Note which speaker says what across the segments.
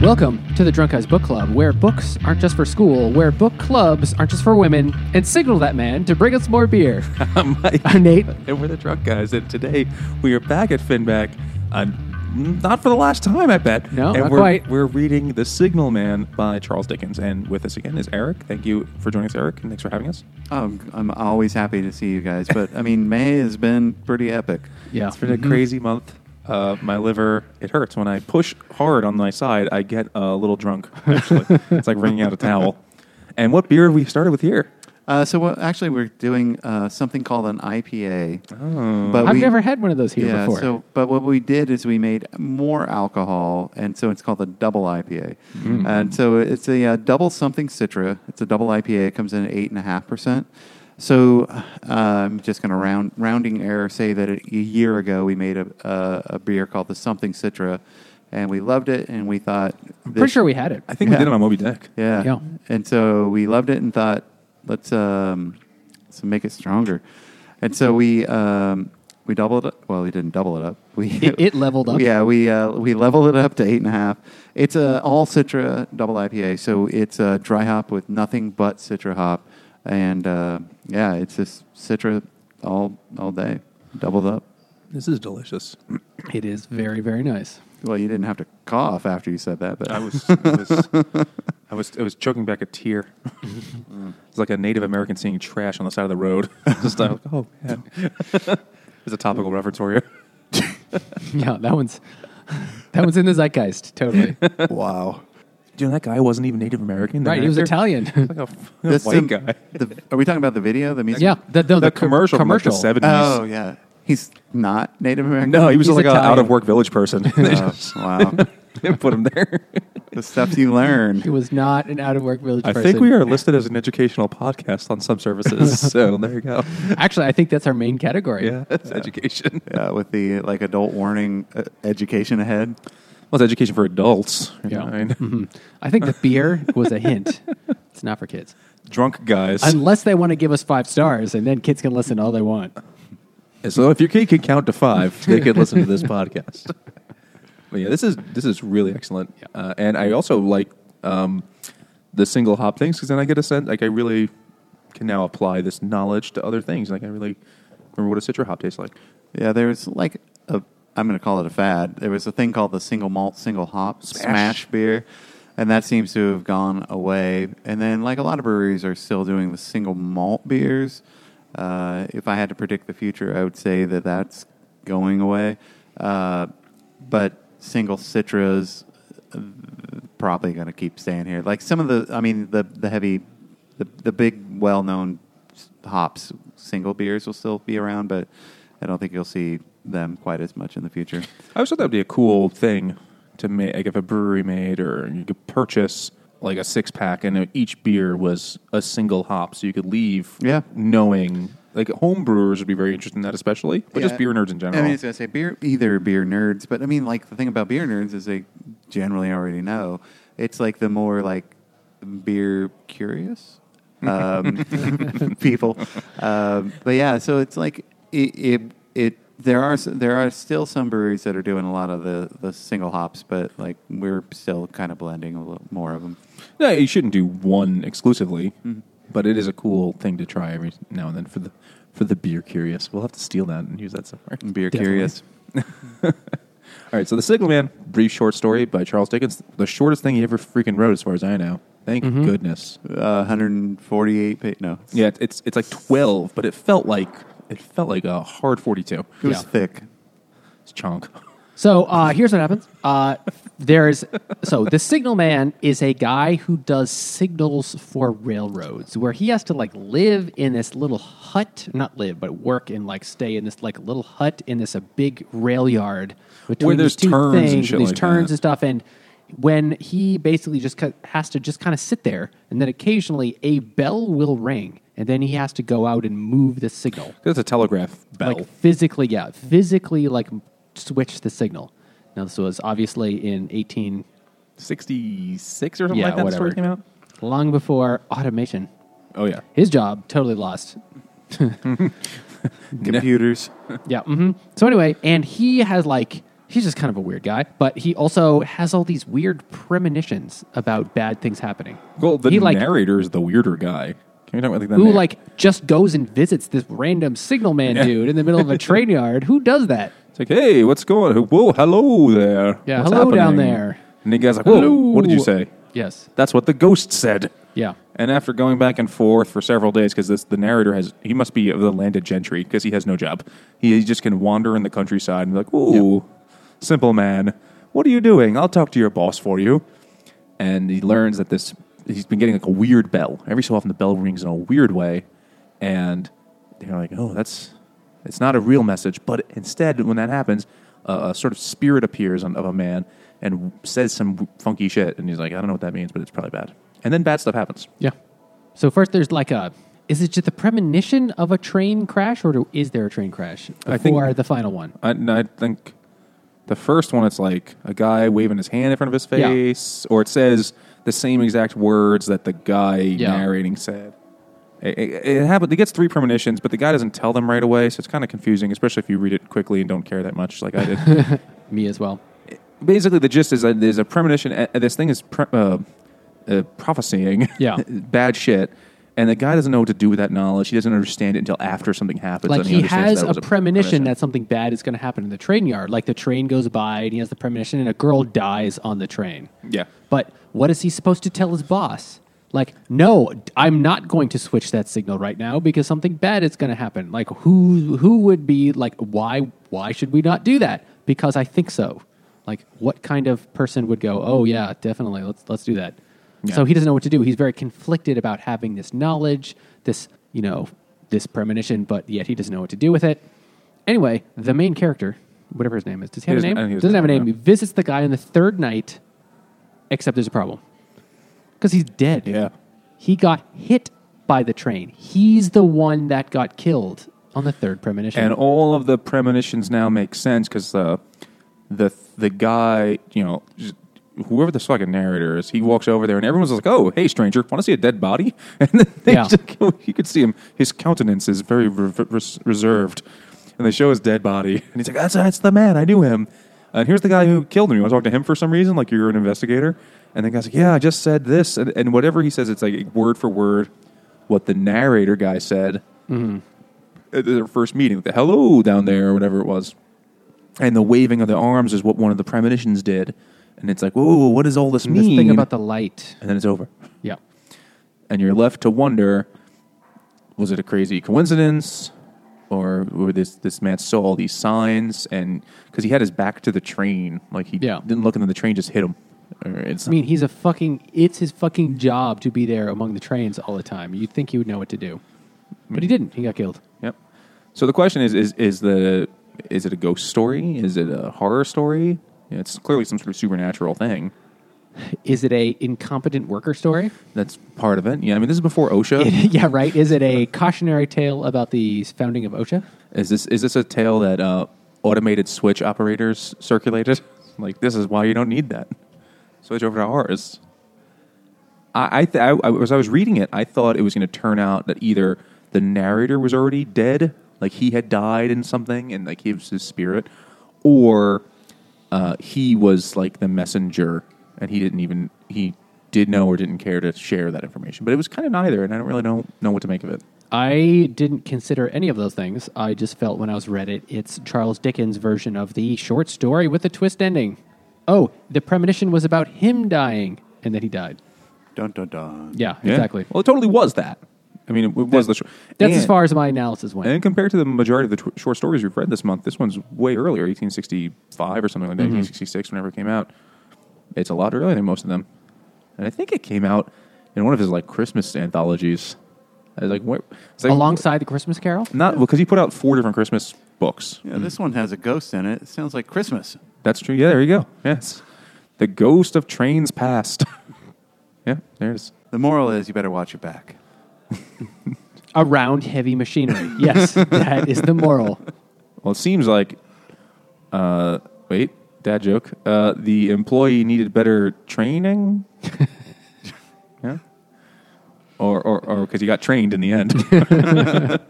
Speaker 1: Welcome to the Drunk Guys Book Club, where books aren't just for school, where book clubs aren't just for women, and signal that man to bring us more beer.
Speaker 2: I'm Mike,
Speaker 1: I'm Nate.
Speaker 2: and we're the Drunk Guys, and today we are back at Finback. I'm not for the last time, I bet.
Speaker 1: No,
Speaker 2: and
Speaker 1: not
Speaker 2: we're,
Speaker 1: quite.
Speaker 2: We're reading *The Signal Man* by Charles Dickens, and with us again is Eric. Thank you for joining us, Eric, and thanks for having us.
Speaker 3: Oh, I'm always happy to see you guys, but I mean, May has been pretty epic.
Speaker 1: Yeah. Mm-hmm.
Speaker 2: It's been a crazy month. Uh, my liver it hurts when I push hard on my side. I get uh, a little drunk. Actually, it's like wringing out a towel. And what beer have we started with here?
Speaker 3: Uh, so what, actually, we're doing uh, something called an IPA. Oh, but
Speaker 1: I've
Speaker 3: we-
Speaker 1: never had one of those here
Speaker 3: yeah.
Speaker 1: before.
Speaker 3: So, but what we did is we made more alcohol, and so it's called a double IPA.
Speaker 1: Hmm.
Speaker 3: And so it's a uh, double something citra. It's a double IPA. It comes in at eight and a half percent. So uh, I'm just going to round rounding error say that a, a year ago we made a, a, a beer called the something citra, and we loved it, and we thought I'm
Speaker 1: Pretty sure we had it.
Speaker 2: I think we did it on Moby Dick.
Speaker 3: yeah.
Speaker 1: Yeah.
Speaker 3: And so we loved it and thought, let's um, let's make it stronger. And so we um, we doubled. It. Well, we didn't double it up. We
Speaker 1: It- it leveled up.
Speaker 3: Yeah, we uh, we leveled it up to eight and a half. It's a all Citra double IPA. So it's a dry hop with nothing but Citra hop, and uh, yeah, it's just Citra all all day, doubled up.
Speaker 2: This is delicious.
Speaker 1: It is very, very nice.
Speaker 3: Well, you didn't have to cough after you said that, but
Speaker 2: I was, I was, I was, I was choking back a tear. it's like a Native American seeing trash on the side of the road. Just like, oh man, it's a topical reference for you.
Speaker 1: Yeah, that one's that one's in the zeitgeist, totally.
Speaker 3: wow.
Speaker 2: Do you know that guy wasn't even Native American? the
Speaker 1: right, he was
Speaker 2: actor?
Speaker 1: Italian.
Speaker 2: Like a, fucking
Speaker 3: This
Speaker 2: white
Speaker 3: the-
Speaker 2: guy.
Speaker 3: the- are we talking about the video, the music?
Speaker 1: yeah, the, no,
Speaker 2: The,
Speaker 1: the co-
Speaker 2: commercial, from, like,
Speaker 1: commercial.
Speaker 2: the
Speaker 3: Oh
Speaker 2: seventies.
Speaker 3: yeah, he's not Native American.
Speaker 2: no, he was
Speaker 1: He's
Speaker 2: just like an
Speaker 1: Italian.
Speaker 2: out of work village person. They
Speaker 3: Oh,
Speaker 2: just
Speaker 3: wow,
Speaker 2: put him there.
Speaker 3: the stuff you learn.
Speaker 1: He was not an out of work village
Speaker 2: I
Speaker 1: person.
Speaker 2: think we are listed as an educational podcast on some services. so there you go.
Speaker 1: Actually, I think that's our main category.
Speaker 2: Yeah, it's education.
Speaker 3: Yeah, with the like adult warning, uh, education ahead.
Speaker 2: Well, it's education for adults. you
Speaker 1: Yeah.
Speaker 2: know what I mean?
Speaker 1: Mhm. I think the beer was a hint. It's not for kids.
Speaker 2: Drunk guys.
Speaker 1: Unless they want to give us five stars, and then kids can listen all they want.
Speaker 2: So if your kid can count to five, they could listen to this podcast. But yeah, this is this is really excellent, uh, and I also like um, the single hop things because then I get a sense like I really can now apply this knowledge to other things. Like I really remember what a citra hop tastes like.
Speaker 3: Yeah, there was like a I'm going to call it a fad. There was a thing called the single malt, single hop
Speaker 2: Smash.
Speaker 3: smash. beer, and that seems to have gone away. And then like a lot of breweries are still doing the single malt beers. Uh, if I had to predict the future, I would say that that's going away. Uh, but single citras uh, probably going to keep staying here. Like some of the, I mean, the the heavy, the the big well known hops single beers will still be around, but I don't think you'll see them quite as much in the future.
Speaker 2: I always thought that would be a cool thing to make, like if a brewery made or you could purchase like a six pack, and each beer was a single hop, so you could leave
Speaker 3: Yeah.
Speaker 2: knowing. Like home brewers would be very interested in that, especially, but just
Speaker 3: Yeah.
Speaker 2: beer nerds in general.
Speaker 3: I mean, it's going to say beer, either beer nerds, but I mean, like the thing about beer nerds is they generally already know. It's like the more like beer curious um, people, um, but yeah. So it's like it, it, it. There are s- there are still some breweries that are doing a lot of the the single hops, but like we're still kind of blending a little more of them.
Speaker 2: No, you shouldn't do one exclusively, but it is a cool thing to try every now and then for the for the beer curious. We'll have to steal that and use that somewhere.
Speaker 3: Beer
Speaker 1: Definitely.
Speaker 3: curious.
Speaker 2: All right, so the Signal Man, brief short story by Charles Dickens, the shortest thing he ever freaking wrote, as far as I know. Thank goodness.
Speaker 3: Uh, 148 page. No,
Speaker 2: Yeah, it- it's it's like twelve, but it felt like it felt like a hard forty-two.
Speaker 3: it was
Speaker 1: Yeah.
Speaker 3: thick.
Speaker 2: It's chunk.
Speaker 1: So uh, here's what happens. Uh, there's so the signal man is a guy who does signals for railroads, where he has to like live in this little hut, not live, but work and like stay in this like little hut in this a big rail yard between
Speaker 2: Where there's
Speaker 1: these two
Speaker 2: turns and
Speaker 1: things,
Speaker 2: shit
Speaker 1: these
Speaker 2: like
Speaker 1: turns
Speaker 2: that.
Speaker 1: and stuff, and when he basically just ca- has to just kind of sit there, and then occasionally a bell will ring, and then he has to go out and move the signal
Speaker 2: That's a telegraph bell.
Speaker 1: like physically yeah physically like switch the signal now this was obviously in 18
Speaker 2: Sixty-six or something
Speaker 1: yeah
Speaker 2: like that. the
Speaker 1: whatever
Speaker 2: Story came out.
Speaker 1: long before automation
Speaker 2: Oh yeah.
Speaker 1: his job totally lost
Speaker 3: Computers.
Speaker 1: mm-hmm. yeah hmm so anyway and he has like he's just kind of a weird guy, but he also has all these weird premonitions about bad things happening.
Speaker 2: Well, the
Speaker 1: he like
Speaker 2: narrator is the weirder guy. Can we talk about like that?
Speaker 1: who
Speaker 2: Oh, man?
Speaker 1: like just goes and visits this random signal man
Speaker 2: Yeah.
Speaker 1: dude in the middle of a train yard. Who does that?
Speaker 2: it's like, hey, what's going? on? Whoa, hello there.
Speaker 1: Yeah,
Speaker 2: What's
Speaker 1: hello down
Speaker 2: happening?"
Speaker 1: there.
Speaker 2: And the guy's like, whoa,
Speaker 1: Hello.
Speaker 2: what did you say?
Speaker 1: Yes.
Speaker 2: That's what the ghost said.
Speaker 1: Yeah.
Speaker 2: And after going back and forth for several days, because the narrator has, he must be of the landed gentry because he has no job. He, he just can wander in the countryside and be like, ooh, simple man, what are you doing? I'll talk to your boss for you. And he learns that this, he's been getting like a weird bell. Every so often the bell rings in a weird way. And they're like, oh, that's, it's not a real message. But instead, when that happens, uh, a sort of spirit appears on, of a man and says some funky shit. And he's like, I don't know what that means, but it's probably bad. And then bad stuff happens.
Speaker 1: Yeah. So first, there's like a. Is it just the premonition of a train crash, or do, is there a train crash before
Speaker 2: I think-
Speaker 1: the final one?
Speaker 2: I, no, I think the first one, it's like a guy waving his hand in front of his
Speaker 1: Yeah.
Speaker 2: face, or it says the same exact words that the guy narrating said. It, it, it happens. It gets three premonitions, but the guy doesn't tell them right away, so it's kind of confusing, especially if you read it quickly and don't care that much, like I did.
Speaker 1: Me as well.
Speaker 2: Basically, the gist is that there's a premonition. Uh, this thing is pre- uh, uh, prophesying
Speaker 1: Yeah.
Speaker 2: bad shit, and the guy doesn't know what to do with that knowledge. He doesn't understand it until after something happens.
Speaker 1: Like
Speaker 2: and
Speaker 1: he
Speaker 2: understands
Speaker 1: has
Speaker 2: that it
Speaker 1: a,
Speaker 2: was
Speaker 1: premonition, that something bad is going to happen in the train yard. Like the train goes by, and he has the premonition, and a girl dies on the train.
Speaker 2: Yeah.
Speaker 1: But what is he supposed to tell his boss? Like, no, I'm not going to switch that signal right now because something bad is going to happen. Like, who who would be like, why why should we not do that? Because I think so. Like, what kind of person would go, oh yeah, definitely, let's let's do that.
Speaker 2: Yeah.
Speaker 1: So he doesn't know what to do. He's very conflicted about having this knowledge, this you know, this premonition, but yet he doesn't know what to do with it. Anyway, the main character, whatever his name is, does he have
Speaker 2: He
Speaker 1: a
Speaker 2: doesn't-
Speaker 1: name?
Speaker 2: I think he was
Speaker 1: Doesn't have a
Speaker 2: named,
Speaker 1: name. He visits the guy on the third night except there's a problem because he's dead.
Speaker 2: Yeah.
Speaker 1: he got hit by the train. He's the one that got killed on the third premonition.
Speaker 2: and all of the premonitions now make sense because the the the guy, you know, just- whoever the fucking narrator is, he walks over there and everyone's like, "Oh, hey, stranger, want to see a dead body?" And then they
Speaker 1: Yeah.
Speaker 2: just, you could see him; his countenance is very re- re- reserved. And they show his dead body, and he's like, "That's that's the man. I knew him." And here's the guy who killed him. You want to talk to him for some reason? Like you're an investigator. And the guy's like, "Yeah, I just said this," and, and whatever he says, it's like word for word what the narrator guy said at their first meeting, with the hello down there or whatever it was. And the waving of the arms is what one of the premonitions did. And it's like, whoa, what does all this
Speaker 1: this
Speaker 2: mean?
Speaker 1: thing about the light.
Speaker 2: and then it's over.
Speaker 1: Yeah,
Speaker 2: And you're left to wonder was it a crazy coincidence? Or were this, this man saw all these signs? And because he had his back to the train, like he
Speaker 1: Yeah.
Speaker 2: didn't look, and then the train just hit him. Or it's,
Speaker 1: I mean, he's a fucking. It's his fucking job to be there among the trains all the time. You'd think he would know what to do, but he didn't. He got killed.
Speaker 2: Yep. So the question is: is is the is it a ghost story? Is it a horror story? Yeah, it's clearly some sort of supernatural thing.
Speaker 1: Is it a incompetent worker story?
Speaker 2: That's part of it. Yeah, I mean, this is before OSHA.
Speaker 1: yeah, right. Is it a cautionary tale about the founding of OSHA?
Speaker 2: is this is this a tale that uh, automated switch operators circulated? Like, this is why you don't need that. Switch over to ours. I, I, th- I, I as I was reading it, I thought it was going to turn out that either the narrator was already dead, like he had died in something, and like he was his spirit, or uh, he was like the messenger, and he didn't even he did know or didn't care to share that information. But it was kind of neither, and I don't really know know what to make of it.
Speaker 1: I didn't consider any of those things. I just felt when I was read it, it's Charles Dickens' version of the short story with a twist ending. Oh, the premonition was about him dying, and then he died.
Speaker 3: Dun dun dun.
Speaker 1: Yeah,
Speaker 2: Yeah.
Speaker 1: exactly.
Speaker 2: Well, it totally was that. I mean, it, it was the short.
Speaker 1: That's
Speaker 2: and,
Speaker 1: as far as my analysis went.
Speaker 2: And compared to the majority of the tw- short stories we've read this month, this one's way earlier, 1865 or something like that,
Speaker 1: Mm-hmm.
Speaker 2: 1866, whenever it came out. It's a lot earlier than most of them. And I think it came out in one of his like Christmas anthologies. I was like, what? It's like
Speaker 1: Alongside the Christmas Carol?
Speaker 2: Not because he put out four different Christmas books.
Speaker 3: Yeah,
Speaker 1: Mm.
Speaker 3: this one has a ghost in it. It sounds like Christmas.
Speaker 2: That's true. Yeah, there you go. Yes, the ghost of trains past. yeah, there it is.
Speaker 3: The moral is you better watch your back.
Speaker 1: Around heavy machinery. Yes, that is the moral.
Speaker 2: Well, it seems like, uh, wait, dad joke. Uh, the employee needed better training. yeah. Or or or because he got trained in the end. I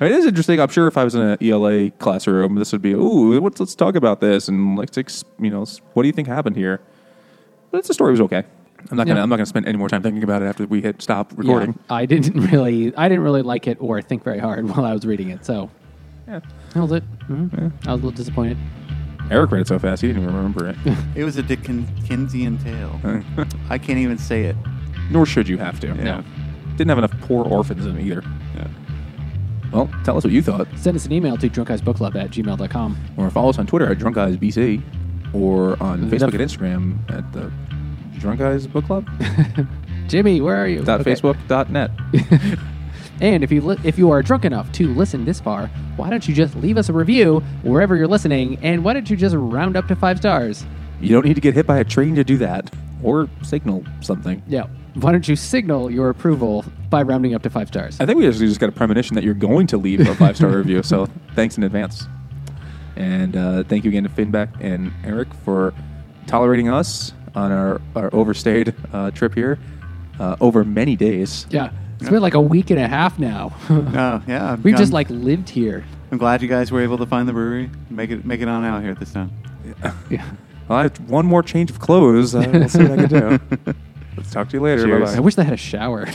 Speaker 2: mean, it is interesting. I'm sure if I was in an ELA classroom, this would be, ooh, let's, let's talk about this and like, six, you know, s- what do you think happened here? But it's, the story was okay. I'm not gonna.
Speaker 1: Yeah.
Speaker 2: I'm not gonna spend any more time thinking about it after we hit stop recording.
Speaker 1: Yeah, I didn't really, I didn't really like it or think very hard while I was reading it. So
Speaker 2: Yeah.
Speaker 1: that was it. Mhm. I was a little disappointed.
Speaker 2: Eric read it so fast he didn't even remember it.
Speaker 3: It was a Dickensian tale. I can't even say it.
Speaker 2: Nor should you have to.
Speaker 3: Yeah.
Speaker 2: Didn't have enough poor orphans in it either. Well, tell us what you thought,
Speaker 1: Send us an email to drunkeyesbookclub at gmail.com.
Speaker 2: or follow us on Twitter at Drunk Eyes BC, or on
Speaker 1: The-
Speaker 2: Facebook and Instagram at the Drunk Eyes Book Club.
Speaker 1: Jimmy, where are you?
Speaker 2: dot
Speaker 1: Okay.
Speaker 2: Facebook dot net.
Speaker 1: And if you li- if you are drunk enough to listen this far, why don't you just leave us a review wherever you're listening? And why don't you just round up to five stars?
Speaker 2: You don't need to get hit by a train to do that, or signal something.
Speaker 1: Yeah. Why don't you signal your approval by rounding up to five stars?
Speaker 2: I think we actually just got a premonition that you're going to leave a five star review, so thanks in advance. And uh, thank you again to Finback and Eric for tolerating us on our, our overstayed uh, trip here uh, over many days.
Speaker 1: Yeah. It's been like a week and a half now.
Speaker 3: Oh yeah, I'm-
Speaker 1: We've just
Speaker 3: I'm-
Speaker 1: like lived here.
Speaker 3: I'm glad you guys were able to find the brewery. Make it make it on out here this time.
Speaker 1: Yeah.
Speaker 2: Well, I have one more change of clothes. Uh, we'll see what I can do. Let's talk to you later.
Speaker 3: Cheers.
Speaker 2: Bye-bye.
Speaker 1: I wish they had a shower.